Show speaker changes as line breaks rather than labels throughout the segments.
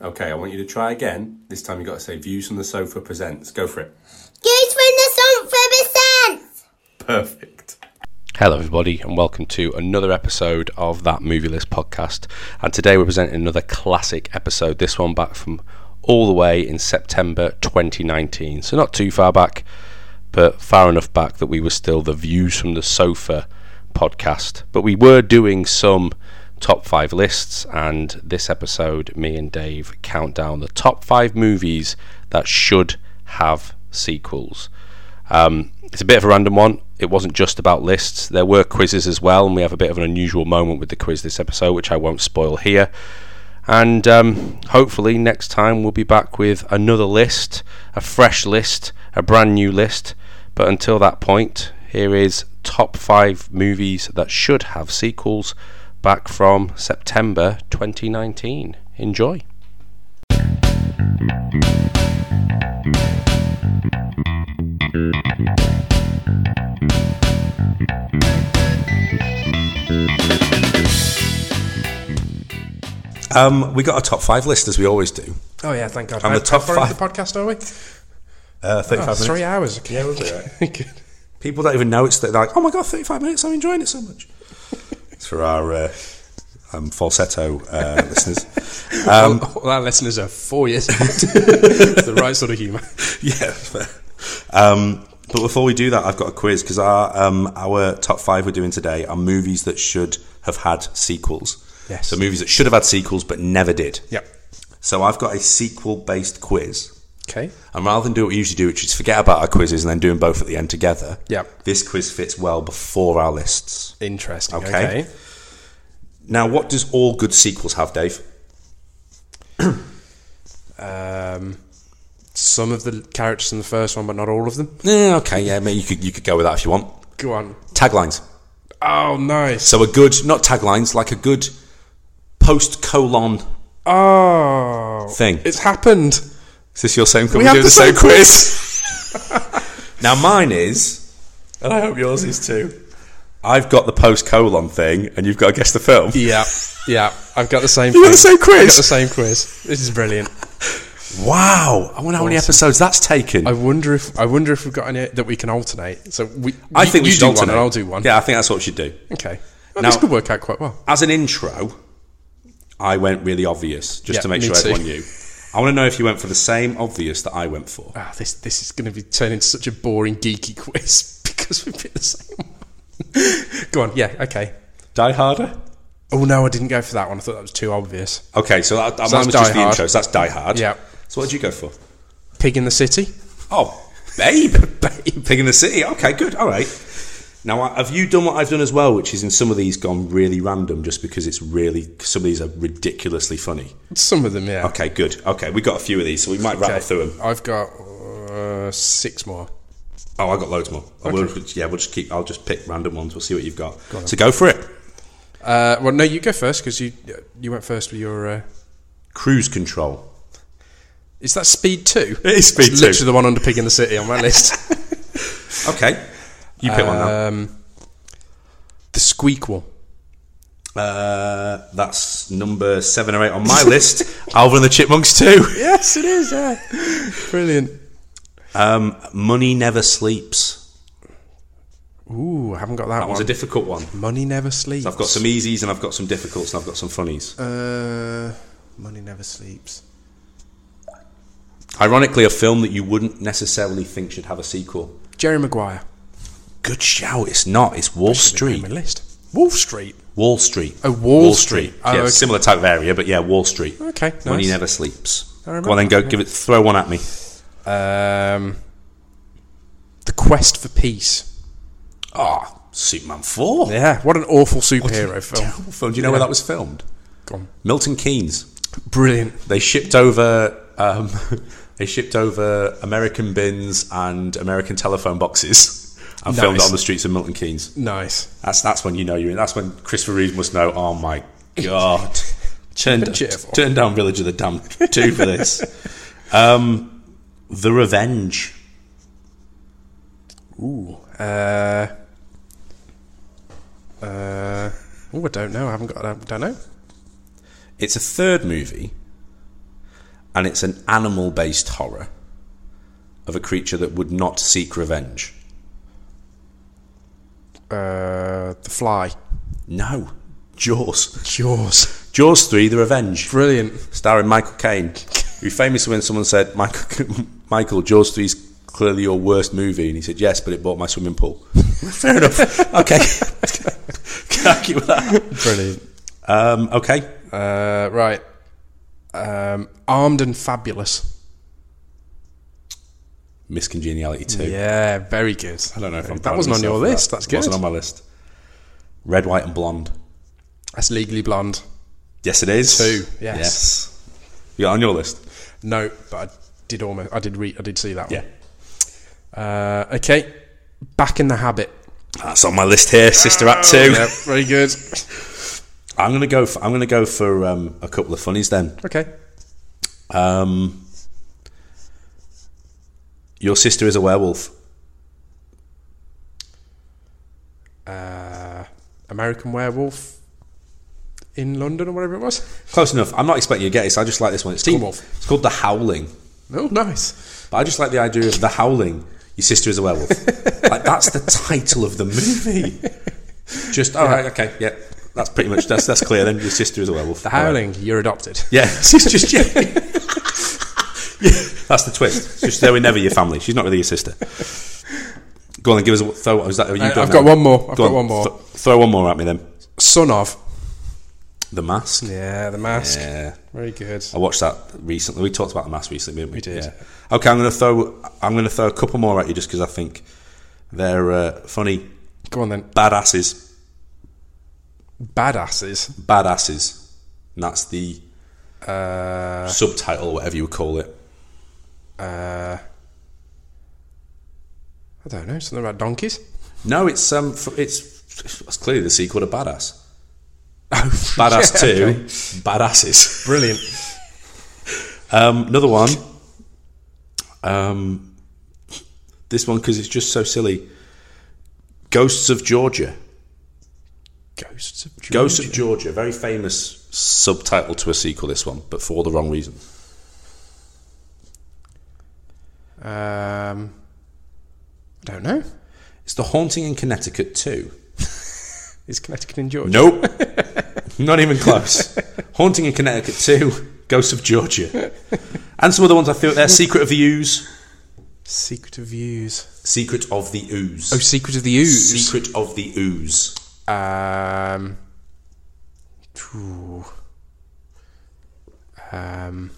Okay, I want you to try again. This time you've got to say Views from the Sofa presents. Go for it.
Goose from the Swamp for sense.
Perfect. Hello, everybody, and welcome to another episode of that Movie List podcast. And today we're presenting another classic episode, this one back from all the way in September 2019. So, not too far back, but far enough back that we were still the Views from the Sofa podcast. But we were doing some top five lists, and this episode, me and Dave count down the top five movies that should have sequels. Um, it's a bit of a random one. It wasn't just about lists. There were quizzes as well, and we have a bit of an unusual moment with the quiz this episode, which I won't spoil here. And um, hopefully, next time we'll be back with another list, a fresh list, a brand new list. But until that point, here is top five movies that should have sequels back from September 2019. Enjoy. Um, we got a top five list as we always do.
Oh yeah, thank God.
And the
How-
top
how far into
five-
the podcast are we?
Uh, 35
Oh,
minutes.
three hours. Okay. Yeah, we'll be
People don't even know it's that. They're like, oh my god, thirty-five minutes. I'm enjoying it so much. it's for our uh, um, falsetto uh, listeners.
um, well, our listeners are four years old. it's the right sort of humour.
Yeah. um, but before we do that, I've got a quiz because our um, our top five we're doing today are movies that should have had sequels.
Yes.
So movies that should have had sequels but never did.
Yep.
So I've got a sequel-based quiz.
Okay.
And rather than do what we usually do, which is forget about our quizzes and then do them both at the end together,
Yeah.
this quiz fits well before our lists.
Interesting.
Okay.
Okay.
Now, what does all good sequels have, Dave?
Um, some of the characters in the first one, but not all of them.
Yeah, Eh, okay, yeah, maybe you could you could go with that if you want.
Go on.
Taglines.
Oh, nice.
So a good, not taglines, like a good post colon
Oh,
thing.
it's happened.
Is this your same? Can we,
have
do
the
the same
same
quiz? now mine is, and I hope yours is too. I've got the post colon thing, and you've got to guess the film.
Yeah. Yeah. I've got the same.
You got the
thing.
same quiz?
I've got the same quiz. This is brilliant.
Wow! I wonder how many
Awesome.
episodes that's taken.
I wonder if I wonder if we've got any that we can alternate. So we.
I
you-
think
you
we should
do
alternate.
one and I'll do one.
Yeah, I think that's what we should do.
Okay. Well,
Now-
this could work out quite well.
As an intro, I went really obvious just
Yeah,
to make
me
sure
too.
everyone knew. I want to know if you went for the same obvious that I went for.
Ah, this this is going to be turned into such a boring geeky quiz because we picked the same one. go on, yeah, okay.
Die Harder.
Oh no, I didn't go for that one. I thought that was too obvious.
Okay, so that, that
So
mine was
that's
just
Die
the
Hard.
intro. So that's Die Hard.
Yeah.
So what did you go for?
Pig in the City.
Oh, Babe, Babe, Pig in the City. Okay, good. All right. Now, I- have you done what I've done as well, which is in some of these gone really random, just because it's really some of these are ridiculously funny.
Some of them, yeah.
Okay, good. Okay, we got a few of these, so we might rattle
Okay.
through them.
I've got uh, six more.
Oh, I got loads more. I will, yeah, we'll just keep. I'll just pick random ones. We'll see what you've got. so go for it.
Uh, well, no, you go first because you you went first with your. Uh,
Cruise control.
is that Speed Two?
It is Speed
It's
2.
Literally the one under Pig in the City on my list.
Okay, Uh, you pick one now.
um, the Squeakquel.
Uh, that's number seven or eight on my list. Alvin and the Chipmunks too.
Yes, it is. Yeah, brilliant.
Um, Money never sleeps.
Ooh, I haven't got that,
That
one.
was a difficult one.
Money never sleeps.
I've got some easies and I've got some difficults and I've got some funnies.
Uh, money never sleeps.
Ironically, a film that you wouldn't necessarily think should have a sequel.
Jerry Maguire.
Good shout. It's not. It's Wall Street.
My list. Wall Street.
Wall Street.
Oh, Wall Street. Oh,
yeah,
okay.
similar type of area, but yeah, Wall Street.
Okay,
Money
nice.
never sleeps.
I
Go
remember
on, then go
that,
give it. Throw one at me.
Um, the Quest for Peace.
Ah, Superman Four.
Yeah, what an awful superhero film.
Terrible film. Do you know where that was filmed?
Gone.
Milton Keynes.
Brilliant.
They shipped over. Um, they shipped over American bins and American telephone boxes and
Nice.
filmed it on the streets of Milton Keynes.
Nice.
That's that's when you know you're in. That's when Christopher Reeve must know. Oh my god! Turn
Cheerful.
turn down Village of the Damned two for this. Um, the Revenge.
Ooh. Uh. Uh. Oh, I don't know. I haven't got. I don't know.
It's a third movie, and it's an animal based horror of a creature that would not seek revenge.
Uh, the Fly.
No. Jaws.
Jaws.
Jaws 3 The Revenge,
Brilliant.
starring Michael Caine, who famously, when someone said, Michael, Michael Jaws 3 is clearly your worst movie, and he said, Yes, but it bought my swimming pool. Fair enough. Okay. Can't argue with that.
Brilliant.
Um, okay.
Uh, right. Um, armed and fabulous.
Miss Congeniality 2.
Yeah, very good.
I don't know if I'm proud
that
of
wasn't on
myself
your
for that.
list. That's
It
good.
Wasn't on my list. Red, white, and blonde.
That's Legally Blonde.
Yes, it is.
Two, yes.
Yes. Yeah, on your list.
No, but I did almost. I did read. I did see that
Yeah.
one. Uh, okay. Back in the habit.
That's on my list here, Sister Act Two.
yeah, very good.
I'm gonna go. For, I'm gonna go for um, a couple of funnies then.
Okay.
Um, your sister is a werewolf.
Uh, American Werewolf in London or whatever it was.
Close enough. I'm not expecting you to get this. I just like this one. It's
Teen
called,
Wolf.
It's called the Howling.
Oh, nice.
But I just like the idea of the Howling. Your sister is a werewolf. like that's the title of the movie. Just all right, okay, yeah. That's pretty much that's that's clear. Then your sister is a werewolf.
The Howling. You're adopted.
Yeah, she's just yeah. Yeah, That's the twist. It's just, they were never your family. She's not really your sister. Go on, then give us a throw. Is that, are you
I-
done
I've
now?
got one more. I've
Go
got
on,
one more.
th- throw one more at me then.
Son of.
The Mask. Yeah.
Yeah, the mask. Very good.
I watched that recently. We talked about the mask recently, didn't we? We
did.
Yeah. Okay, I'm going to throw. I'm going to throw a couple more at you just because I think they're uh, funny.
Go on then.
Badasses,
Badasses.
badasses. And that's the
Uh,
subtitle, or whatever you would call it.
uh, I don't know. Something about donkeys.
No, it's um, f- it's it's clearly the sequel to Badass. Badass
Oh, yeah,
Two,
okay.
Badasses.
Brilliant.
Um, another one. Um, this one because it's just so silly. Ghosts of Georgia.
Ghosts of Georgia.
Ghosts of Georgia, very famous subtitle to a sequel. This one, but for the wrong reason.
Um, I don't know.
It's the Haunting in Connecticut Two.
Is Connecticut in Georgia?
Nope, not even close. Haunting in Connecticut Two, Ghosts of Georgia, and some other ones I feel they're Secret of the Ooze.
Secret of Views.
Secret of the Ooze.
Oh, Secret of the Ooze.
Secret of the Ooze.
Um. phew. Um.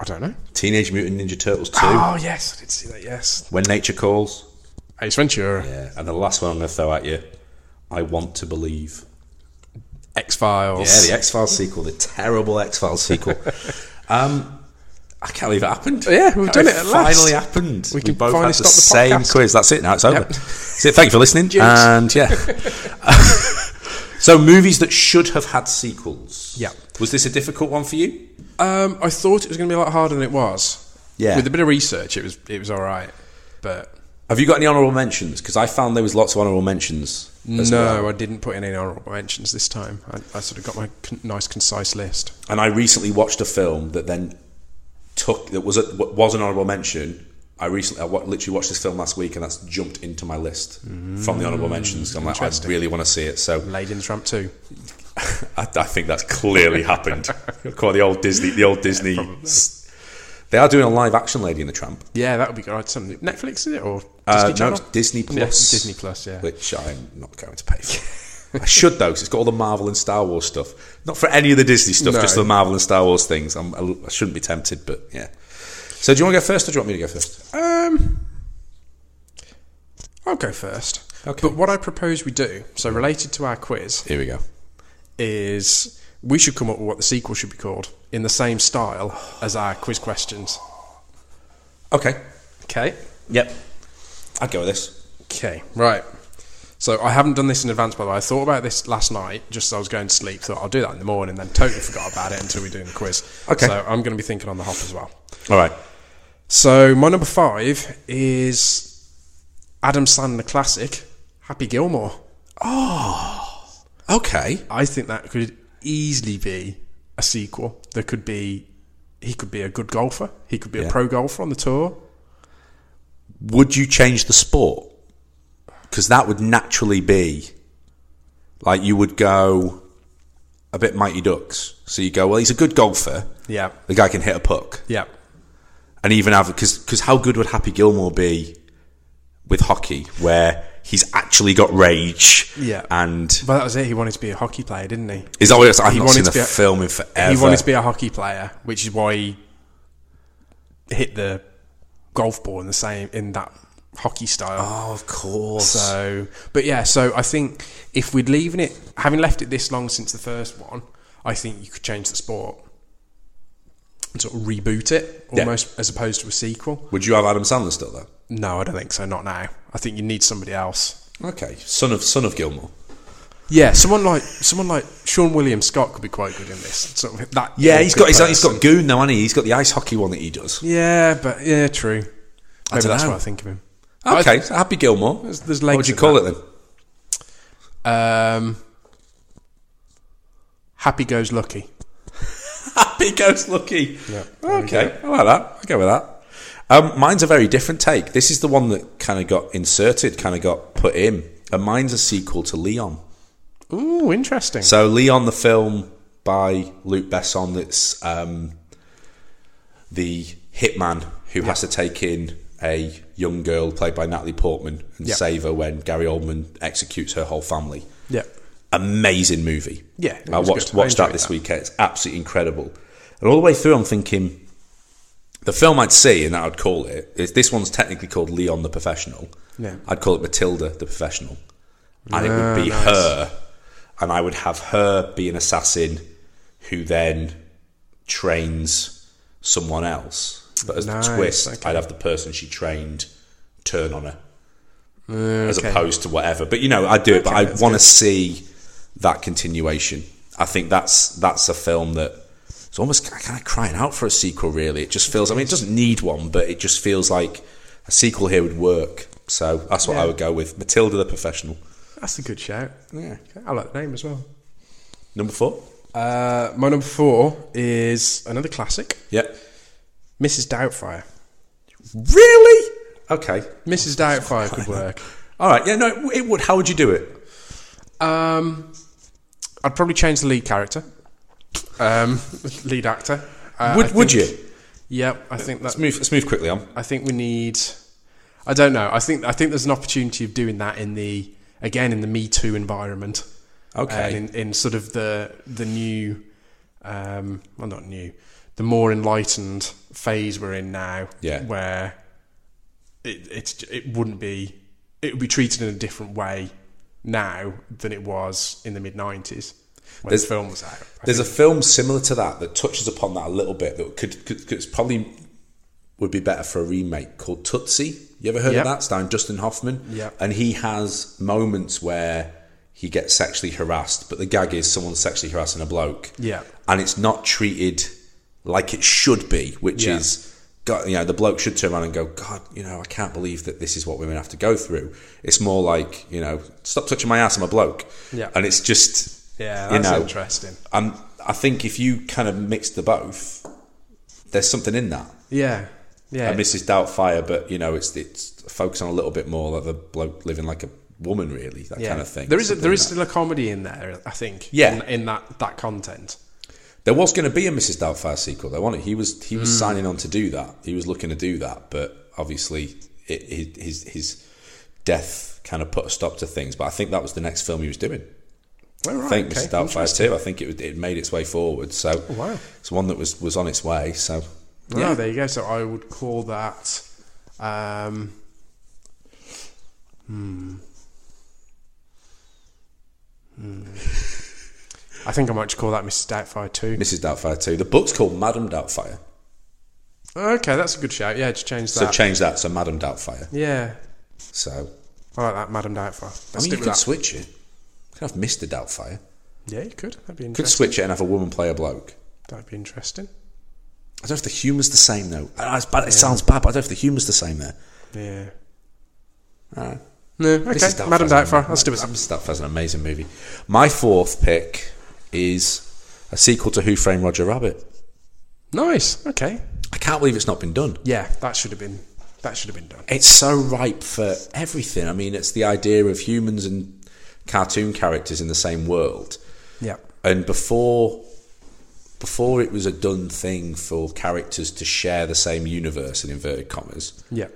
I don't know.
Teenage Mutant Ninja Turtles 2.
Oh yes, I did see that. Yes,
When Nature Calls.
Ace Ventura,
Yeah. And the last one I'm going to throw at you. I Want to Believe.
X Files.
Yeah, the X Files sequel. The terrible X Files sequel. um, I can't believe it happened.
Yeah, we've
Can't
done
believe
it at
finally
last.
happened.
We can
both
finally
had the,
stop the
same
podcast.
quiz. That's it. Now it's over. That's it. Thank you for listening.
Cheers.
And yeah. so, movies that should have had sequels.
Yeah.
Was this a difficult one for you?
Um, I thought it was going to be a lot harder than it was.
Yeah.
With a bit of research, it was it was all right. But
Have you got any honourable mentions? Because I found there was lots of honourable mentions. as
no,
well.
I didn't put in any honourable mentions this time. I, I sort of got my con- nice concise list.
And I recently watched a film that then took that was a, was an honourable mention. I recently I wa- literally watched this film last week, and that's jumped into my list from the honourable mentions. I'm like, I really want to see it. So
Lady and the Tramp two.
I, I think that's clearly happened. Quite the old Disney, the old Disney. s- they are doing a live action Lady in the Tramp.
Yeah, that would be good. I'd Something Netflix is it or Disney
Uh, no,
Channel?
it's Disney Plus.
Yeah, Disney Plus. Yeah.
which I'm not going to pay for. I should though, 'cause it's got all the Marvel and Star Wars stuff. Not for any of the Disney stuff,
No.
just the Marvel and Star Wars things. I'm, I shouldn't be tempted, but yeah. So, do you want to go first, or do you want me to go first?
Um, I'll go first.
Okay.
But what I propose we do, so related to our quiz,
Here we go.
is we should come up with what the sequel should be called in the same style as our quiz questions.
Okay.
Okay.
Yep. I'd go with this.
Okay. Right. So I haven't done this in advance, by the way. I thought about this last night, just as I was going to sleep. Thought I'll do that in the morning, then totally forgot about it until we were doing the quiz.
Okay.
So I'm going to be thinking on the hop as well.
All right.
So my number five is Adam Sandler classic, Happy Gilmore.
Okay.
I think that could easily be a sequel. There could be he could be a good golfer. He could be
Yeah.
a pro golfer on the tour.
Would you change the sport? Because that would naturally be like you would go a bit Mighty Ducks. So you go, well, he's a good golfer.
Yeah.
The guy can hit a puck.
Yeah.
and even have because because how good would Happy Gilmore be with hockey, where he's actually got rage?
Yeah.
and
But that was it. He wanted to be a hockey player, didn't he?
is that what it's, I've
He
not
wanted
seen a
to be a-
film in forever.
He wanted to be a hockey player, which is why he hit the golf ball in the same in that hockey style.
oh, of course.
So, but yeah, so I think if we'd leaving it, having left it this long since the first one, I think you could change the sport and sort of reboot it
Yeah.
almost as opposed to a sequel.
would you have Adam Sandler still though?
No, I don't think so. Not now. I think you need somebody else.
Okay, son of son of Gilmore.
Yeah, someone like someone like Sean William Scott could be quite good in this. Sort of that.
Yeah, he's got he's,
good
he's got
person.
goon now, hasn't he? He's got the ice hockey one that he does.
Yeah, but yeah, true. Maybe
don't
that's
know.
what I think of him.
Okay, so Happy Gilmore.
There's, there's
What
legs
would you
in
call
that.
it then?
Um, happy goes lucky.
Happy goes lucky. okay, I like that. I'll go with that. Um, mine's a very different take. This is the one that kind of got inserted, kind of got put in. And mine's a sequel to Leon.
Ooh, interesting.
So Leon, the film by Luc Besson, that's um, the hitman who has to take in a young girl played by Natalie Portman and
Yeah.
save her when Gary Oldman executes her whole family
yeah,
amazing movie.
Yeah, it
I
was
watched
good. I
watched that
enjoyed
this
that.
weekend. It's absolutely incredible. And all the way through, I'm thinking the film I'd see and that I'd call it is this one's technically called Leon the Professional.
Yeah.
I'd call it Matilda the Professional, and it would be
Ah,
her, and I would have her be an assassin who then trains someone else. But as
Nice,
the twist,
okay.
I'd have the person she trained turn on her as
Mm, okay.
opposed to whatever. But you know, I do it. but I want to see that continuation. I think that's that's a film that it's almost kind of crying out for a sequel. Really, it just feels. I mean, it doesn't need one, but it just feels like a sequel here would work. So that's what I
Yeah.
would go with. Matilda the Professional.
that's a good shout.
Yeah.
I like the name as well.
Number four.
Uh, my number four is another classic,
Yep.
Mrs. Doubtfire.
Really? Okay.
Mrs. Doubtfire could work.
All right. Yeah. No. It, it would. How would you do it?
Um, I'd probably change the lead character, um, lead actor. Uh,
Would
I
Would
think-
you?
Yep, I think that's
Let's move. Let's move quickly um. on.
I think we need. I don't know. I think I think there's an opportunity of doing that in the again in the Me Too environment.
Okay.
And in, in sort of the the new, um, well not new, the more enlightened phase we're in now.
Yeah.
Where it it's it wouldn't be it would be treated in a different way now than it was in the mid '90s when
There's-
this film was out. I
There's a film similar to that that touches upon that a little bit that could, could, could it's probably would be better for a remake called Tootsie. You ever heard
Yep.
of that? It's down Justin Hoffman.
Yep.
And he has moments where he gets sexually harassed, but the gag is someone's sexually harassing a bloke.
Yeah.
And it's not treated like it should be, which
Yeah.
is God, you know, the bloke should turn around and go, God, you know, I can't believe that this is what women have to go through. It's more like, you know, stop touching my ass, I'm a bloke.
Yeah.
And it's just
Yeah,
you
that's
know,
interesting.
And I think if you kind of mix the both, there's something in that.
yeah. Yeah.
And Mrs. Doubtfire, but you know, it's it's focused on a little bit more like the bloke living like a woman, really, that kind of thing.
There is a,
Something
there is
like that.
still a comedy in there, I think.
Yeah.
in, in that that content.
There was going to be a Mrs. Doubtfire sequel, though, wasn't it? He was he was
Hmm.
signing on to do that. He was looking to do that, but obviously, it, his- his his death kind of put a stop to things. But I think that was the next film he was doing. I think Mrs. Doubtfire too. I think it was- it made its way forward. So
Oh, wow.
it's one that was was on its way. So
Yeah, there you go. So I would call that. Um, hmm. Hmm. I think I might just call that Mrs. Doubtfire too.
Mrs. Doubtfire too. The book's called Madam Doubtfire.
Okay, that's a good shout. Yeah, just change
So
that.
change that to Madam Doubtfire.
yeah,
So
I like that, Madam Doubtfire.
I
Let's
mean, you
stick
could
with that.
switch it. You could have Mr. Doubtfire.
yeah, you could. That'd be
You could
interesting.
switch it and have a woman play a bloke.
That'd be interesting.
I don't know if the humour's the same though. I know it's bad. It sounds bad, but I don't know if the humour's the same there.
Yeah.
Alright.
No, okay, Madam Doubtfire. Let's do it.
Mrs. Doubtfire's an amazing movie. My fourth pick is a sequel to Who Framed Roger Rabbit.
Nice. Okay.
I can't believe it's not been done.
Yeah, that should have been that should have been done.
It's so ripe for everything. I mean, it's the idea of humans and cartoon characters in the same world.
Yeah.
and before before it was a done thing for characters to share the same universe in inverted commas
Yeah.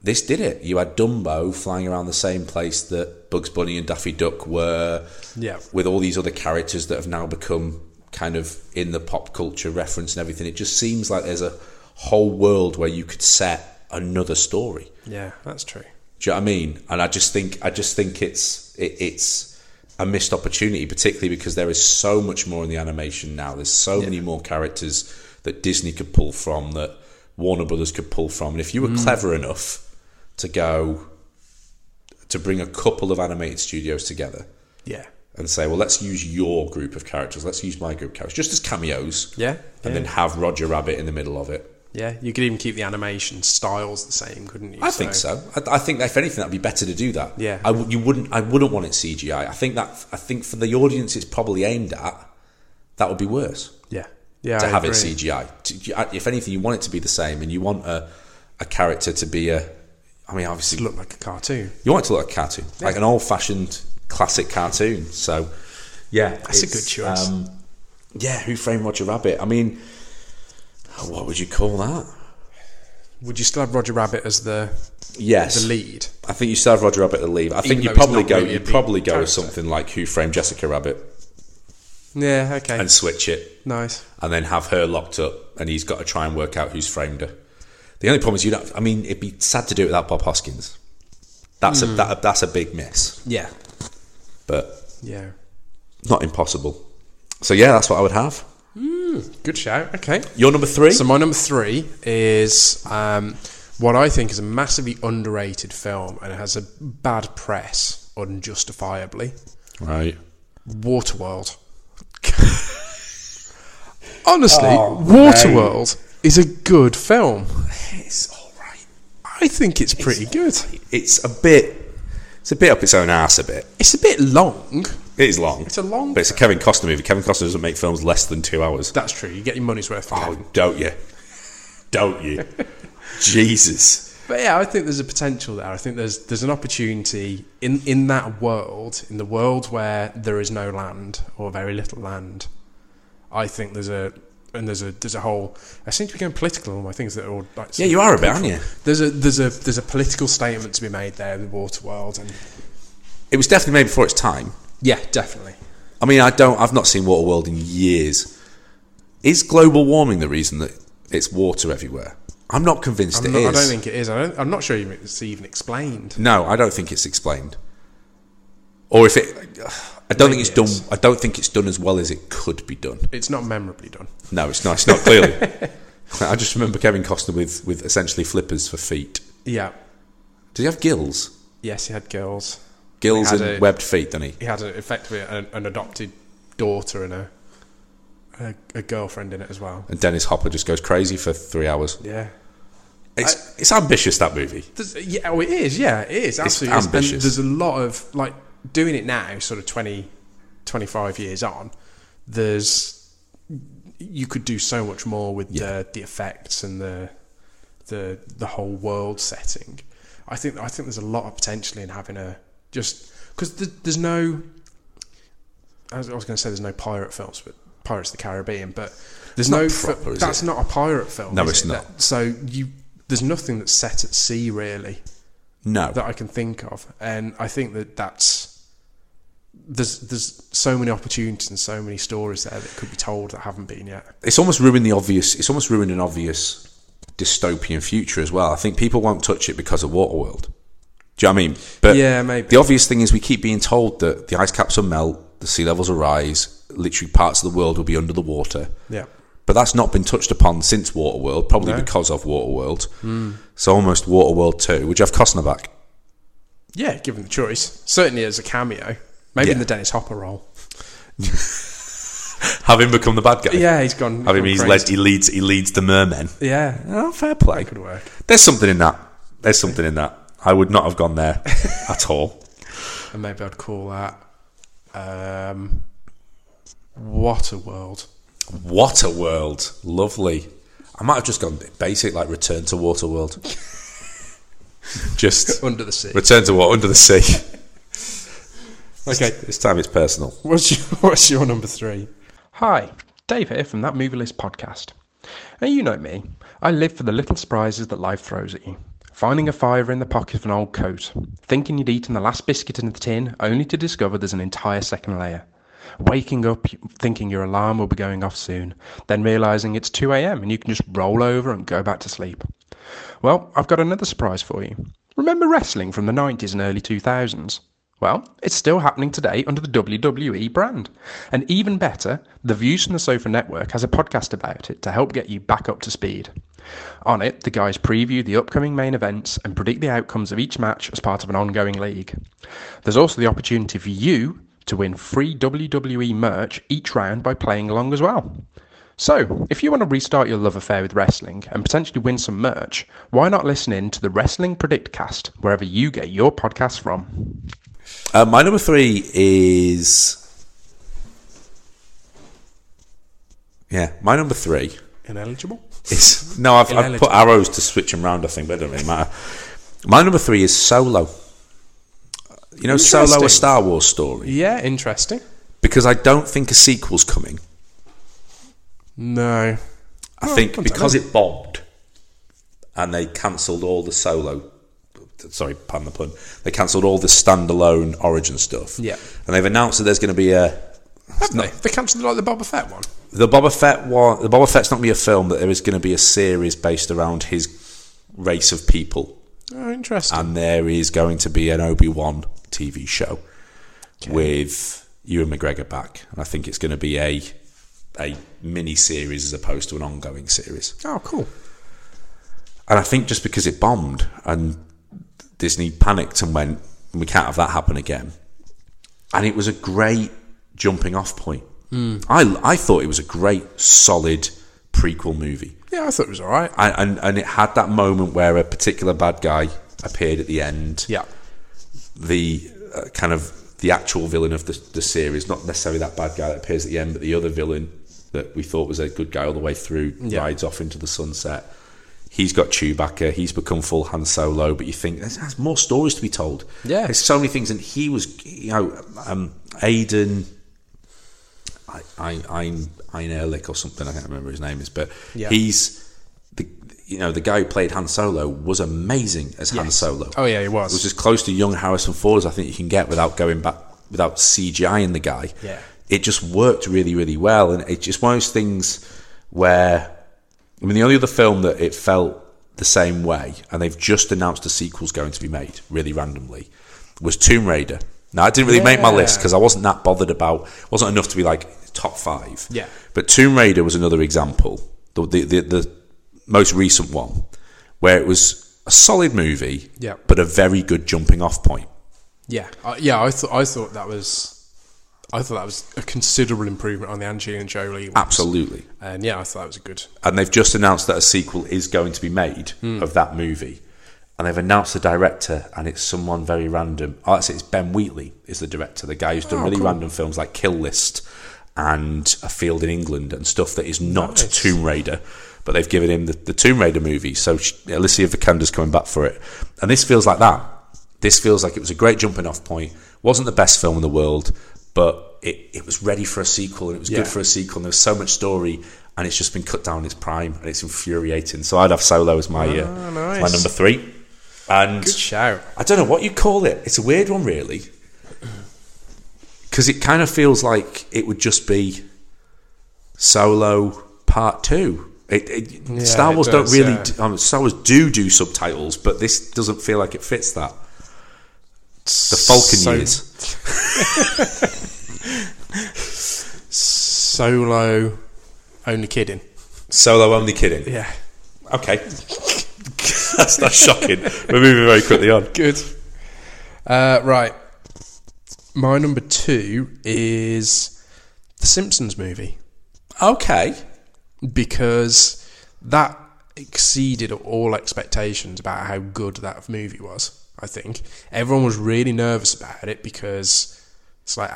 this did it you had dumbo flying around the same place that bugs bunny and daffy duck were
Yeah.
with all these other characters that have now become kind of in the pop culture reference and everything it just seems like there's a whole world where you could set another story
Yeah, that's true.
do you know what I mean? And I just think I just think it's it, it's a missed opportunity, particularly because there is so much more in the animation now. There's so many more characters that Disney could pull from, that Warner Brothers could pull from. And if you were
Mm.
clever enough to go to bring a couple of animated studios together
Yeah.
and say, well, let's use your group of characters, let's use my group of characters, just as cameos,
Yeah,
and
yeah.
then have Roger Rabbit in the middle of it.
Yeah. You could even keep the animation styles the same, couldn't you?
I think so. I, I think that if anything, that'd be better to do that.
Yeah.
I w- you wouldn't. I wouldn't want it CGI. I think that. I think for the audience, it's probably aimed at. That would be worse
Yeah. Yeah.
to
I
have it
agree.
CGI. To- you- uh, If anything, you want it to be the same, and you want a a character to be a. I mean, obviously,
look like a cartoon.
you want it to look like a cartoon, like an old-fashioned classic cartoon. So, yeah,
That's a
it's,
good choice.
Um, yeah, Who Framed Roger Rabbit? I mean, what would you call that?
Would you still have Roger Rabbit as the
Yes,
the lead?
I think you still have Roger Rabbit to leave. I think
though
you
he's
probably
not
go.
really a
you
big
probably go with
character.
something like Who Framed Jessica Rabbit
Yeah. Okay.
and switch it,
nice.
and then have her locked up, and he's got to try and work out who's framed her. The only problem is you don't. I mean, it'd be sad to do it without Bob Hoskins. That's
Hmm.
a that, that's a big miss,
Yeah.
but
Yeah.
not impossible. So yeah, that's what I would have.
Good shout. Okay.
Your number three.
So my number three is um, what I think is a massively underrated film, and it has a bad press, unjustifiably.
right.
Waterworld. Honestly,
Oh,
Waterworld is a good film.
It's all right.
I think it's pretty good.
It's a bit. It's a bit up its own ass a bit.
It's a bit long.
It is long.
It's a long
But it's a Kevin Costner movie. Kevin Costner doesn't make films less than two hours.
That's true. You get your money's worth. for
Oh,
it.
don't you? Don't you? Jesus.
But yeah, I think there's a potential there. I think there's there's an opportunity in in that world, in the world where there is no land or very little land. I think there's a and there's a there's a whole. I seem to be going political on my things that are all like.
Yeah, you are a bit, aren't you?
There's a there's a there's a political statement to be made there in the water world, and
It was definitely made before its time.
yeah, definitely.
I mean, I don't. I've not seen Waterworld in years. Is global warming the reason that it's water everywhere? I'm not convinced it
I'm not- I
is.
don't think it is. I don't, I'm not sure even it's even explained.
no, I don't think it's explained. Or if it, I don't think it's
Maybe it is.
done. I don't think it's done as well as it could be done.
It's not memorably done.
No, it's not. It's not clearly. I just remember Kevin Costner with with essentially flippers for feet.
Yeah.
Does he have gills?
Yes, he had girls.
Gills
He
and
had a-
webbed feet, doesn't he?
he had a, effectively an, an adopted daughter and a, a a girlfriend in it as well.
and Dennis Hopper just goes crazy for three hours.
Yeah.
It's it's ambitious that movie.
There's, yeah, oh, it is. Yeah, it is. Absolutely. is. And
ambitious.
there's a lot of, like, doing it now, sort of 20, 25 years on, there's, you could do so much more with the, the effects and the, the, the whole world setting. I think, I think there's a lot of potential in having a, just, because th- there's no, I was, I was going to say there's no pirate films, but Pirates of the Caribbean, but there's no, fi-
proper, is
that's
it?
not a pirate film.
No,
is
it's
it?
not.
That- so you, there's nothing that's set at sea really
No,
that I can think of, and I think that that's there's there's so many opportunities and so many stories there that could be told that haven't been yet.
it's almost ruined the obvious. It's almost ruined an obvious dystopian future as well. I think people won't touch it because of Waterworld. Do you know what I mean? But
Yeah, maybe.
The obvious thing is we keep being told that the ice caps will melt, the sea levels will rise, literally parts of the world will be under the water.
Yeah,
But that's not been touched upon since Waterworld, probably because of Waterworld.
Hmm.
So almost Waterworld 2, which I've Costner back.
yeah. Given the choice, certainly as a cameo, maybe in
Yeah.
the Dennis Hopper role.
Have him become the bad guy.
Yeah, he's gone. he's
Have him,
gone
he's
crazy.
led, he, leads, he leads the mermen.
Yeah,
Oh, fair play.
that could work.
There's something in that. There's something in that. I would not have gone there at all.
And maybe I'd call that um, Waterworld.
What a world. Lovely. I might have just gone basic, like Return to Waterworld. just
Under the Sea.
Return to Water Under the Sea.
Okay,
This time it's personal.
what's your, what's your number three? Hi, Dave here from That Movie List podcast. Now, you know me. I live for the little surprises that life throws at you. Finding a fiver in the pocket of an old coat, thinking you'd eaten the last biscuit in the tin, only to discover there's an entire second layer. Waking up thinking your alarm will be going off soon, then realizing it's 2 a.m. and you can just roll over and go back to sleep. Well, I've got another surprise for you. Remember wrestling from the 90s and early 2000s? Well, it's still happening today under the WWE brand. And even better, the Views from the Sofa Network has a podcast about it to help get you back up to speed. On it, the guys preview the upcoming main events and predict the outcomes of each match as part of an ongoing league. There's also the opportunity for you to win free WWE merch each round by playing along as well. So, if you want to restart your love affair with wrestling and potentially win some merch, why not listen in to the Wrestling Predictcast wherever you get your podcasts from?
Uh, my number three is. Yeah, my number three
Ineligible?
is. No, I've, I've
Ineligible.
put arrows to switch them round, I think, but it doesn't really matter. My number three is Solo. You know, Solo,
Interesting.
a Star Wars story.
Yeah, interesting.
Because I don't think a sequel's coming.
No.
I
Oh,
think because it bombed and they cancelled all the solo. Sorry, pardon the pun. They cancelled all the standalone origin stuff.
Yeah.
And they've announced that there's going to be a.
Have they? They cancelled like the Boba Fett one.
The Boba Fett one. The Boba Fett's not going to be a film, but there is going to be a series based around his race of people.
Oh, interesting.
And there is going to be an Obi Wan TV show with Ewan McGregor back. And I think it's going to be a. A mini series as opposed to an ongoing series.
oh, cool.
And I think just because it bombed and Disney panicked and went, we can't have that happen again. And it was a great jumping off point. I, I thought it was a great, solid prequel movie.
Yeah, I thought it was all right.
And, and, and it had that moment where a particular bad guy appeared at the end.
Yeah.
The uh, kind of the actual villain of the, the series, not necessarily that bad guy that appears at the end, but the other villain that we thought was a good guy all the way through rides off into the sunset he's got Chewbacca, he's become full Han Solo, but you think there's, there's more stories to be told.
Yeah.
there's so many things, and he was, you know, um, Aiden, I, I, Ein, Ein Ehrlich or something. I can't remember his name is, but
Yeah.
he's the, you know, the guy who played Han Solo was amazing as Han
Yes.
Solo.
Oh, yeah, he was.
It was as close to young Harrison Ford as I think you can get without going back without CGIing the guy.
Yeah.
It just worked really, really well. And it's just one of those things where I mean the only other film that it felt the same way, and they've just announced a sequel's going to be made really randomly, was Tomb Raider. Now I didn't really make my
Yeah.
list because I wasn't that bothered about wasn't enough to be like top five.
Yeah.
But Tomb Raider was another example, the the, the, the most recent one, where it was a solid movie,
Yeah.
but a very good jumping off point.
Yeah, uh, yeah. I thought I thought that was, I thought that was a considerable improvement on the Angelina Jolie. Ones.
Absolutely.
And yeah, I thought that was good.
And they've just announced that a sequel is going to be made of that movie. And they've announced the director, and it's someone very random. Oh, that's it, it's Ben Wheatley is the director, the guy who's done really random films like Kill List and A Field in England and stuff that is not Tomb Raider. But they've given him the, the Tomb Raider movie, so she, Alicia Vikander's coming back for it. And this feels like that. This feels like it was a great jumping off point. Wasn't the best film in the world, but it, it was ready for a sequel and it was
Yeah.
good for a sequel. And there was so much story, and it's just been cut down in its prime, and it's infuriating. So I'd have Solo as my uh,
Ah, nice.
my number three, and
Good shout.
I don't know what you call it. It's a weird one, really, because it kind of feels like it would just be Solo Part Two. It, it, Star
it
Wars
does,
don't really.
yeah.
d Um, Star Wars do do subtitles, but this doesn't feel like it fits that. The Falcon
So-
years.
Solo, only kidding.
Solo only kidding.
Yeah,
Okay. that's, that's shocking. We're moving very quickly on.
good. Uh, right, my number two is the Simpsons movie.
Okay.
because that exceeded all expectations about how good that movie was. I think everyone was really nervous about it because it's like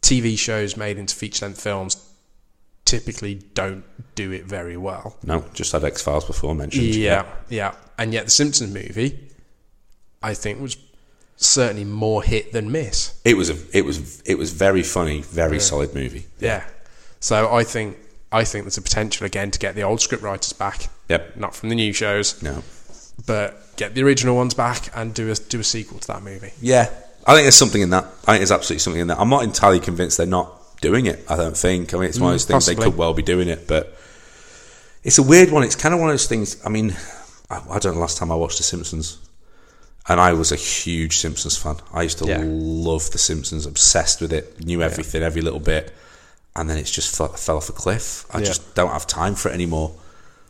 TV shows made into feature length films typically don't do it very well.
No, just had X Files before mentioned.
Yeah, yeah. And yet the Simpsons movie, I think, was certainly more hit than miss.
It was a, it was it was very funny, very solid movie.
Yeah. So I think I think there's a potential again to get the old script writers back.
Yep.
Not from the new shows,
No.
but get the original ones back and do a do a sequel to that movie.
Yeah. I think there's something in that. I think there's absolutely something in that. I'm not entirely convinced they're not doing it. I don't think. I mean, it's one of those things they
Mm, possibly.
could well be doing it, but it's a weird one. It's kind of one of those things. I mean, I, I don't know. Last time I watched The Simpsons, and I was a huge Simpsons fan. I used to
Yeah.
love The Simpsons, obsessed with it, knew everything, every little bit, and then it's just fell, fell off a cliff. I
Yeah.
just don't have time for it anymore.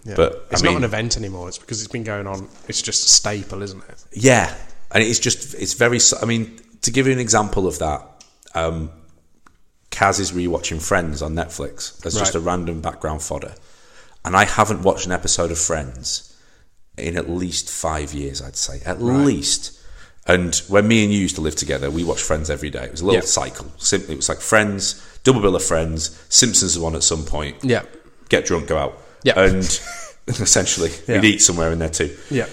Yeah.
But
it's
I mean,
not an event anymore. It's because it's been going on. It's just a staple, isn't it?
Yeah, and it's just it's very. s- I mean, to give you an example of that, um, Kaz is rewatching Friends on Netflix as just
Right.
a random background fodder, and I haven't watched an episode of Friends in at least five years. I'd say at least. And when me and you used to live together, we watched Friends every day. It was a little
Yeah.
cycle. Simply, it was like Friends, double bill of Friends, Simpsons was on at some point.
Yeah.
Get drunk, go out.
Yeah.
And essentially, we'd
Yeah.
eat somewhere in there too
Yeah.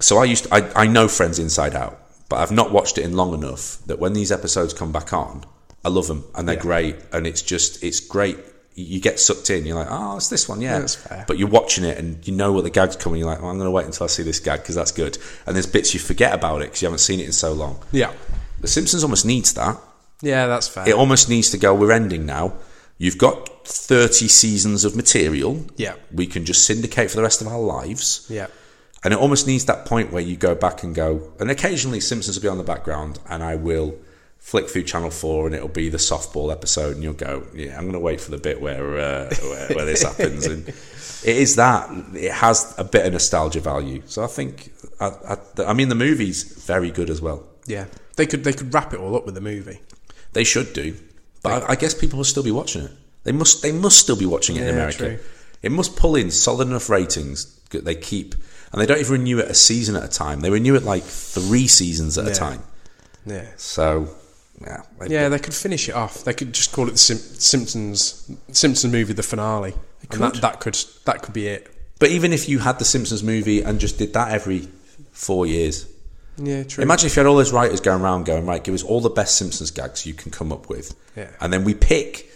so I used to, I, I know Friends inside out, but I've not watched it in long enough that when these episodes come back on, I love them and they're great and it's just it's great. You get sucked in. You're like, oh, it's this one, yeah.
that's fair.
But you're watching it and you know what the gag's coming. You're like, well, I'm going to wait until I see this gag because that's good. And there's bits you forget about it because you haven't seen it in so long.
Yeah.
The Simpsons almost needs that.
Yeah, that's fair.
It almost needs to go. We're ending now. You've got 30 seasons of material.
Yeah.
We can just syndicate for the rest of our lives.
yeah.
And it almost needs that point where you go back and go, and occasionally Simpsons will be on the background, and I will flick through Channel 4 and it'll be the softball episode, and you'll go, yeah, I'm going to wait for the bit where, uh, where, where this happens. And it is that. It has a bit of nostalgia value. So I think, I, I, I mean, the movie's very good as well.
Yeah. They could they could wrap it all up with a movie.
They should do, but I, I guess people will still be watching it. They must. They must still be watching it in
Yeah,
America.
true.
It must pull in solid enough ratings that they keep, and they don't even renew it a season at a time. They renew it like three seasons at a
Yeah.
time.
Yeah.
So, yeah, they,
Yeah, they could finish it off. They could just call it the Sim- Simpsons Simpsons movie, the finale, and that,
could.
that could that could be it.
But even if you had the Simpsons movie and just did that every four years,
Yeah, true.
imagine if you had all those writers going around going right, give us all the best Simpsons gags you can come up with,
Yeah.
and then we pick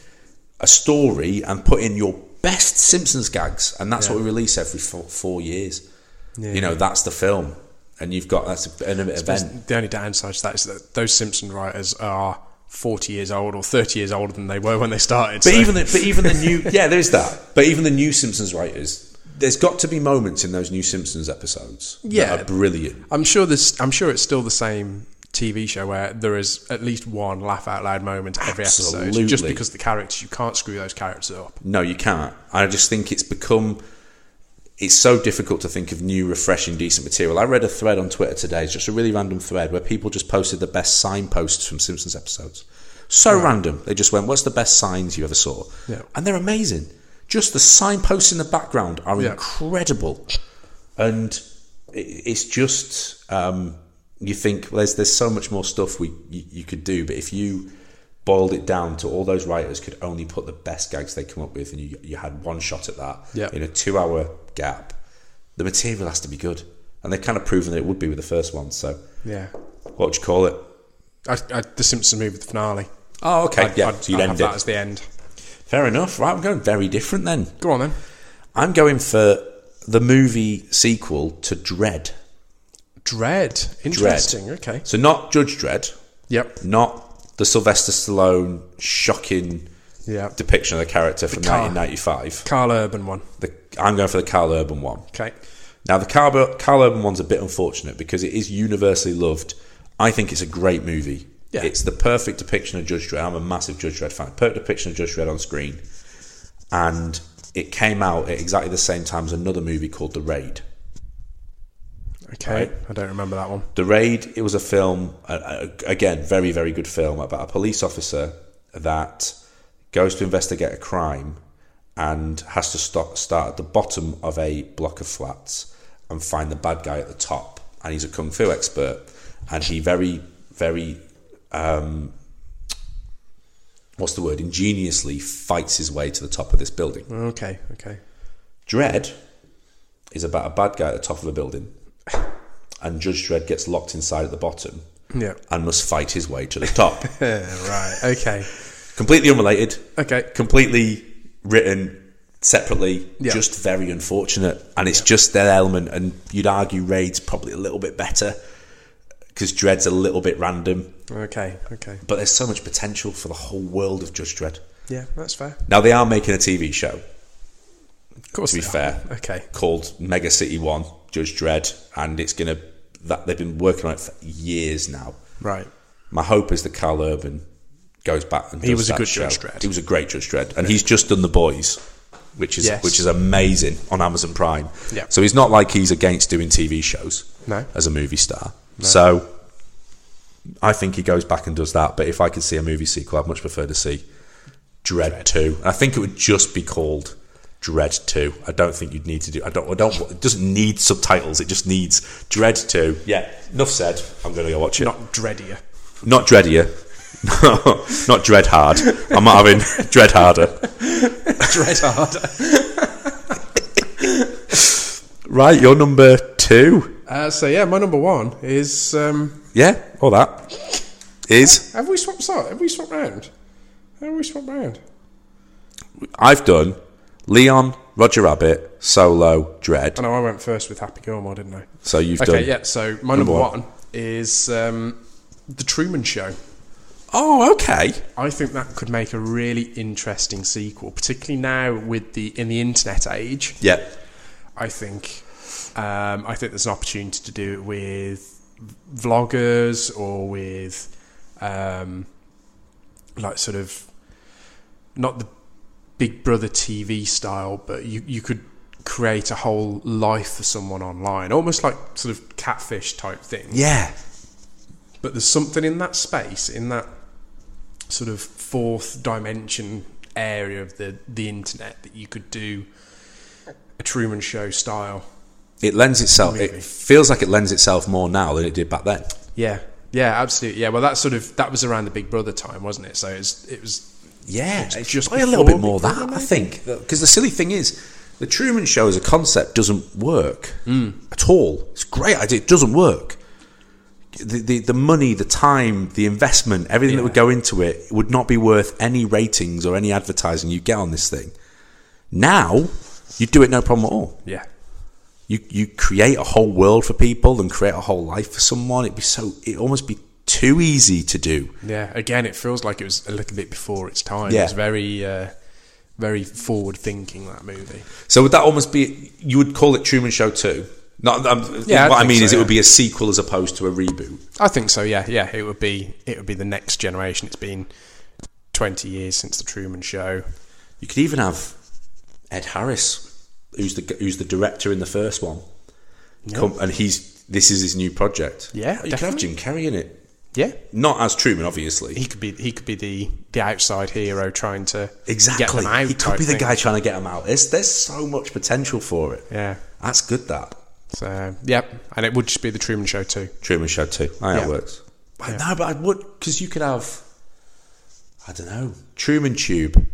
a story and put in your best Simpsons gags, and that's
Yeah.
what we release every four, four years.
Yeah.
You know, that's the film, and you've got that's an event.
the only downside to that is that those Simpson writers are forty years old or thirty years older than they were when they started.
But even the, but even the new yeah, there is that. But even the new Simpsons writers, there's got to be moments in those new Simpsons episodes
Yeah.
that are brilliant.
I'm sure this. I'm sure it's still the same TV show where there is at least one laugh out loud moment every
Absolutely.
episode. Just because the characters, you can't screw those characters up.
No, you can't. I just think it's become. It's so difficult to think of new, refreshing, decent material. I read a thread on Twitter today, it's just a really random thread, where people just posted the best signposts from Simpsons episodes. So random. They just went, What's the best signs you ever saw?
Yeah.
And they're amazing. Just the signposts in the background are
Yeah.
incredible. And it- it's just, um, you think, well, there's, there's so much more stuff we you, you could do, but if you boiled it down to all those writers could only put the best gags they come up with and you, you had one shot at that
Yeah.
in a two hour gap, the material has to be good. And they've kind of proven that it would be with the first one. So,
Yeah,
what would you call it?
I, I, the Simpson movie, the finale.
Oh, okay.
I'd,
yeah,
I'd,
so you'd
I'd
end
have
it.
that as the end.
Fair enough. Right, I'm going very different then.
Go on then.
I'm going for the movie sequel to Dread.
Dread. Interesting. Okay.
So, not Judge Dread,
Yep.
not the Sylvester Stallone shocking
Yeah.
depiction of the character from
car.
1995.
Carl Urban one.
The, I'm going for the Carl Urban one.
Okay.
Now, the Carl, Carl Urban one's a bit unfortunate because it is universally loved. I think it's a great movie.
Yeah.
It's the perfect depiction of Judge Dredd. I'm a massive Judge Dredd fan. Perfect depiction of Judge Dredd on screen. And it came out at exactly the same time as another movie called The Raid.
Okay.
Right.
I don't remember that one.
The Raid, it was a film, uh, again, very, very good film about a police officer that goes to investigate a crime and has to stop, start at the bottom of a block of flats and find the bad guy at the top. And he's a kung fu expert. And he very, very um, what's the word, ingeniously fights his way to the top of this building.
Okay, okay.
Dread is about a bad guy at the top of a building, and Judge Dread gets locked inside at the bottom
Yeah.
and must fight his way to the top.
right. Okay.
completely unrelated.
Okay.
Completely written separately.
Yeah.
Just very unfortunate, and it's just their element. And you'd argue Raid's probably a little bit better because Dread's a little bit random,
Okay. Okay.
but there's so much potential for the whole world of Judge Dread.
Yeah, that's fair.
Now they are making a TV show.
Of course.
To be
they are.
fair,
Okay.
called Mega City One, Judge Dread, and it's gonna that they've been working on it for years now.
Right.
My hope is that Carl Urban goes back and
He
does
was a
that
good
show.
Judge Dredd.
He was a great Judge Dredd, and he's just done The Boys, which is
Yes.
which is amazing on Amazon Prime.
Yeah.
So he's not like he's against doing TV shows
No.
as a movie star. So I think he goes back and does that. But if I could see a movie sequel, I'd much prefer to see Dread, Two. And I think it would just be called Dread Two. I don't think you'd need to do. I don't. I don't. It doesn't need subtitles. It just needs Dread Two. Yeah. Enough said. I'm going to go watch it. Not,
Not dreadier.
not Dreadier. No, not Dread Hard. I'm not having Dread Harder.
Dread harder.
Right, you're number two.
Uh, so yeah, my number one is. Um,
Yeah, all that is
have we swapped side? Have we swapped round? Have we swapped round?
I've done Leon, Roger Rabbit, Solo, Dread.
I know I went first with Happy Gilmore, didn't I?
So you've
Okay,
done.
yeah. So my number,
one.
one. is um, the Truman Show.
Oh, okay.
I think that could make a really interesting sequel, particularly now with the in the internet age.
Yeah.
I think um, I think there's an opportunity to do it with vloggers or with um, like sort of not the Big Brother TV style, but you you could create a whole life for someone online, almost like sort of catfish type thing.
Yeah.
But there's something in that space, in that sort of fourth dimension area of the the internet that you could do a Truman Show style
It lends itself.
Movie.
It feels like it lends itself more now than it did back then.
Yeah, yeah, absolutely. Yeah, well, that sort of that was around the Big Brother time, wasn't it? So it was, it was
Yeah, it's
just
just a little bit
before
more
Big
that
Brother,
I think because the silly thing is the Truman Show as a concept doesn't work at all. It's a great idea, it doesn't work. The, the the money, the time, the investment, everything that would
Yeah.
go into it would not be worth any ratings or any advertising you get on this thing. Now you do it no problem at all.
yeah,
You you create a whole world for people and create a whole life for someone. It'd be so it would almost be too easy to do.
yeah. Again, it feels like it was a little bit before its time.
Yeah.
It was very, uh, very forward thinking that movie.
So would that almost be you would call it Truman Show Two? Not um,
Yeah, I
what I
think
mean
so,
is
yeah.
it would be a sequel as opposed to a reboot.
I think so. Yeah, yeah. It would be it would be the next generation. It's been twenty years since the Truman Show.
You could even have Ed Harris, who's the who's the director in the first one, come, and he's this is his new project.
Yeah,
you could have
definitely.
Jim Carrey in it,
Yeah,
not as Truman, obviously.
he could be he could be the the outside hero trying to get
exactly,
them out
he could
type
be the
thing.
guy trying to get him out. There's there's so much potential for it.
Yeah.
that's good. That
So yep, and it would just be the Truman Show too.
Truman Show too. I know
Yeah.
it works. But No, but I would because you could have, I don't know, Truman Tube.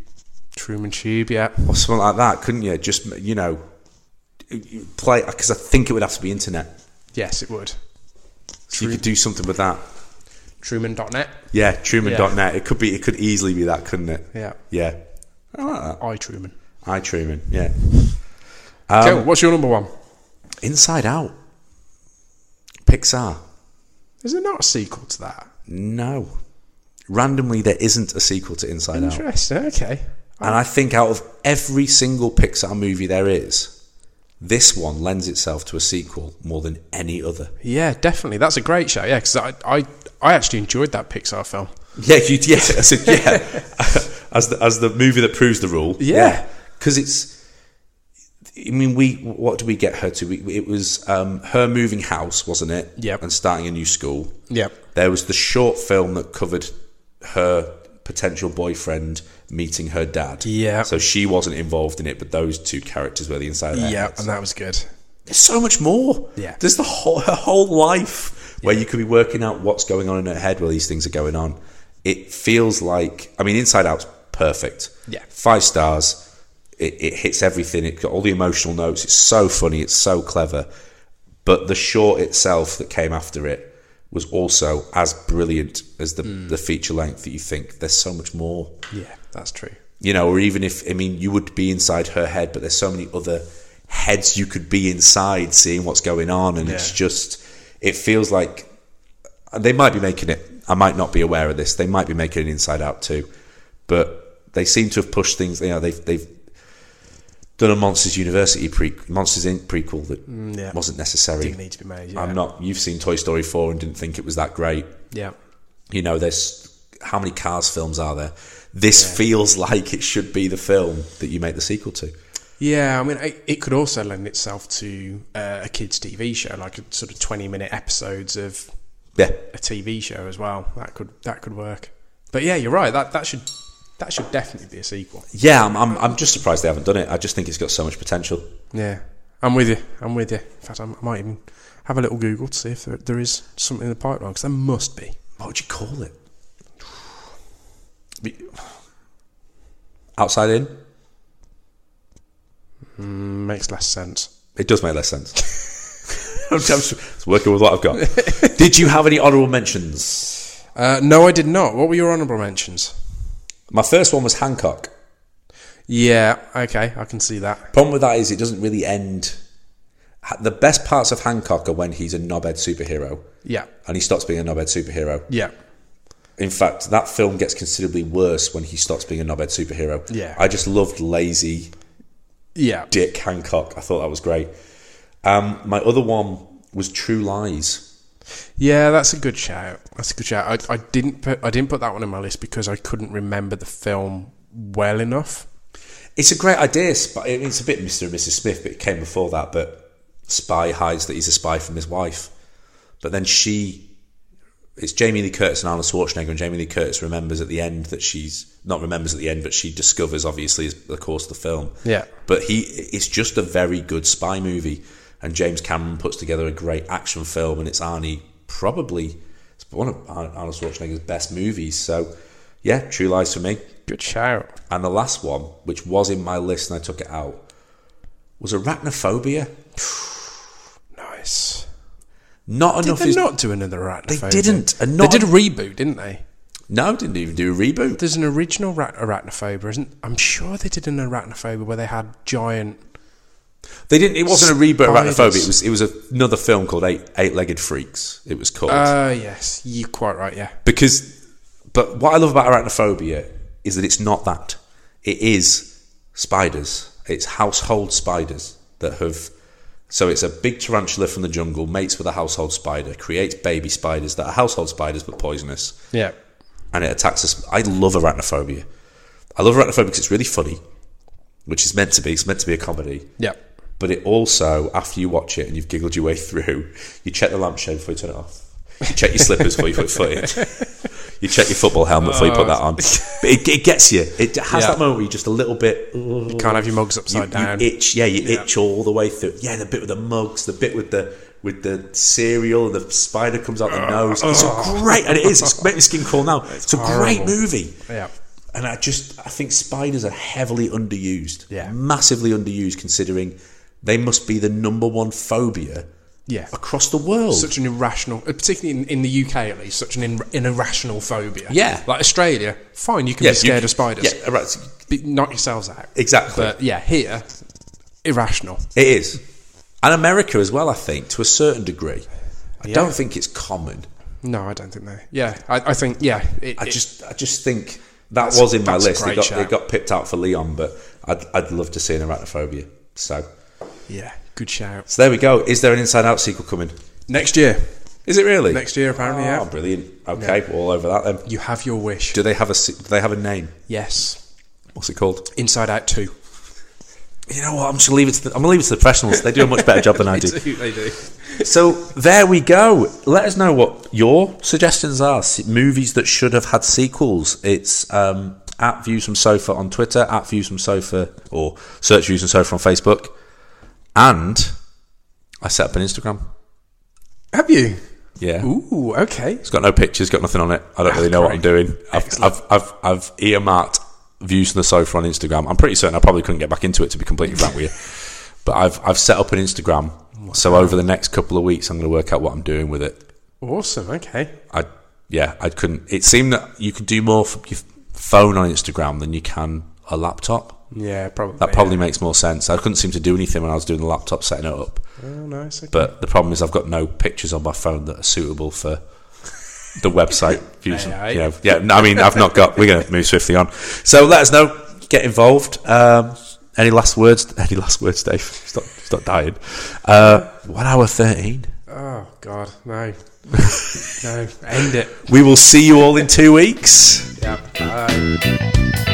Truman Tube. Yeah.
or something like that, couldn't you? Just you know, you play because I think it would have to be internet,
Yes, it would.
so you could do something with that.
Truman.net.
Yeah, Truman.net. It could be. It could easily be that, couldn't it?
Yeah.
Yeah. I like that.
I Truman.
I Truman. Yeah.
Cool. What's your number one?
Inside Out. Pixar.
Is there not a sequel to that?
No. Randomly, there isn't a sequel to Inside Out, and
Interesting. Okay.
I think out of every single Pixar movie there is, this one lends itself to a sequel more than any other.
Yeah, definitely. That's a great show. Yeah, because I, I, I actually enjoyed that Pixar film.
Yeah, you, yeah, I said, yeah. as the as the movie that proves the rule.
Yeah.
because it's. I mean, we what do we get her to? We, it was um, her moving house, wasn't it?
Yep.
And starting a new school.
Yep.
There was the short film that covered her potential boyfriend meeting her dad.
Yeah.
So she wasn't involved in it, but those two characters were the inside. Yeah.
Yeah, and that was good.
There's so much more.
Yeah.
There's the whole her whole life where you could be working out what's going on in her head while these things are going on. it feels like I mean, Inside Out's perfect.
Yeah.
five stars. It, it hits everything. It's got all the emotional notes. It's so funny. It's so clever. But the short itself that came after it was also as brilliant as the,
Mm.
the feature length that you think. There's so much more
Yeah, that's true.
you know, or even if I mean you would be inside her head, but there's so many other heads you could be inside, seeing what's going on, and it's
Yeah.
just it feels like they might be making it. I might not be aware of this. They might be making an Inside Out too, but they seem to have pushed things. You know, they've they've done a Monsters University pre Monsters Inc prequel that
Mm, yeah.
wasn't necessary.
Didn't need to be made, yeah.
I'm not. You've seen Toy Story four and didn't think it was that great
Yeah.
you know, there's how many Cars films are there? This feels like it should be the film that you make the sequel to.
Yeah, I mean, it, it could also lend itself to uh, a kids' TV show, like a sort of twenty-minute episodes of
Yeah,
a TV show as well. That could that could work. But yeah, you're right. That that should that should definitely be a sequel.
yeah. I'm, I'm, I'm just surprised they haven't done it. I just think it's got so much potential.
Yeah, I'm with you. I'm with you. In fact, I'm, I might even have a little Google to see if there, there is something in the pipeline because there must be.
What would you call it? Be- Outside in.
Makes less sense.
It does make less sense. I'm just it's working with what I've got. Did you have any honourable mentions?
Uh, no, I did not. What were your honourable mentions?
My first one was Hancock.
Yeah, okay, I can see that.
Problem with that is it doesn't really end. Ha- The best parts of Hancock are when he's a knobhead superhero.
Yeah,
and he stops being a knobhead superhero.
yeah,
In fact, that film gets considerably worse when he stops being a knobhead superhero.
Yeah.
I just loved lazy
yeah.
Dick Hancock. I thought that was great. Um, my other one was True Lies.
Yeah, that's a good shout. That's a good shout. I, I didn't put I didn't put that one on my list because I couldn't remember the film well enough.
It's a great idea, but it's a bit Mr. and Mrs. Smith, but it came before that. But Spy hides that he's a spy from his wife. But then she, it's Jamie Lee Curtis and Arnold Schwarzenegger, and Jamie Lee Curtis remembers at the end that she's, not remembers at the end, but she discovers, obviously, as the course of the film.
Yeah.
But he, it's just a very good spy movie. And James Cameron puts together a great action film, and it's Arnie probably it's one of Ar- Arnold Schwarzenegger's best movies. So, yeah, True Lies for me.
Good shout.
And the last one, which was in my list and I took it out, was Arachnophobia.
Nice.
Not
Did
enough
they
is
not do another Arachnophobia?
didn't, and
eh? they
not-
did a reboot, didn't they?
no, didn't even do a reboot.
There's an original ra- Arachnophobia, isn't? I'm sure they did an Arachnophobia where they had giant.
They didn't. It wasn't a reboot of
Spiders.
Arachnophobia. It was it was another film called Eight Eight Legged Freaks. It was called
Uh yes, you're quite right. Yeah,
because. But what I love about Arachnophobia is that it's not that. It is spiders. It's household spiders that have. So it's a big tarantula from the jungle mates with a household spider, creates baby spiders that are household spiders but poisonous.
yeah,
and it attacks us. I love arachnophobia. I love arachnophobia because it's really funny, which is meant to be. It's meant to be a comedy.
yeah.
But it also, after you watch it and you've giggled your way through, you check the lampshade before you turn it off. You check your slippers before you put your foot in. You check your football helmet before you put that on. But it, it gets you. It has
Uh, Yeah.
that moment where you're just a little bit. "Ugh."
You can't have your mugs
You,
upside
you
down.
itch, yeah, you itch all the way through. Yeah, the bit with the mugs, the bit with the with the cereal, and the spider comes out the nose. It's a great, and it is. It's make my skin crawl now. It's, a great
Oh. horrible.
movie.
Yeah.
and I just I think spiders are heavily underused.
Yeah.
massively underused considering they must be the number one phobia
yeah,
across the world.
such an irrational, uh, particularly in, in the UK at least, such an, in, an irrational phobia.
Yeah.
like Australia, fine, you can
Yeah,
be scared
you-
of spiders.
Yeah, right.
Be- knock yourselves out.
Exactly.
But yeah, here, irrational.
It is. And America as well, I think, to a certain degree. I
Yeah.
don't think it's common.
No, I don't think they. Yeah, I, I think yeah. It,
I
it-
just I just think that
That's-
was in my
that's a
list. It
great
got,
shout.
it got pipped out for Leon, but I'd, I'd love to see an arachnophobia. So
yeah, good shout.
so there we go. Is there an Inside Out sequel coming?
Next year,
Is it really
Next year, apparently,
Oh,
yeah.
brilliant. Okay, we're all over that then.
you have your wish.
Do they have a se- Do they have a name?
yes,
What's it called?
Inside Out two.
You know what? I'm just gonna leave it. To the, I'm gonna leave it to the professionals. They do a much better job than I do.
they do.
So there we go. Let us know what your suggestions are. S- Movies that should have had sequels. It's um, at Views from Sofa on Twitter, at Views from Sofa, or search Views from Sofa on Facebook. And I set up an Instagram.
Have you?
Yeah.
Ooh, okay.
It's got no pictures, got nothing on it. I don't really know what I'm doing. I've, I've, I've, I've earmarked views from the sofa on Instagram. I'm pretty certain I probably couldn't get back into it, to be completely frank with you. But I've, I've set up an Instagram. So over the next couple of weeks, I'm going to work out what I'm doing with it.
Awesome. Okay.
I yeah, I couldn't. It seemed that you could do more from your phone on Instagram than you can a laptop.
Yeah, probably.
That probably makes more sense. I couldn't seem to do anything when I was doing the laptop setting it up.
Oh, nice. Okay.
But the problem is I've got no pictures on my phone that are suitable for the website views.
Aye, aye.
You know, yeah, no, I mean I've not got. We're going to move swiftly on. So let us know. Get involved. Um, any last words? Any last words, Dave? Stop, stop dying. Uh, one hour thirteen.
oh God, no, no, end it.
We will see you all in two weeks.
Yeah. Bye.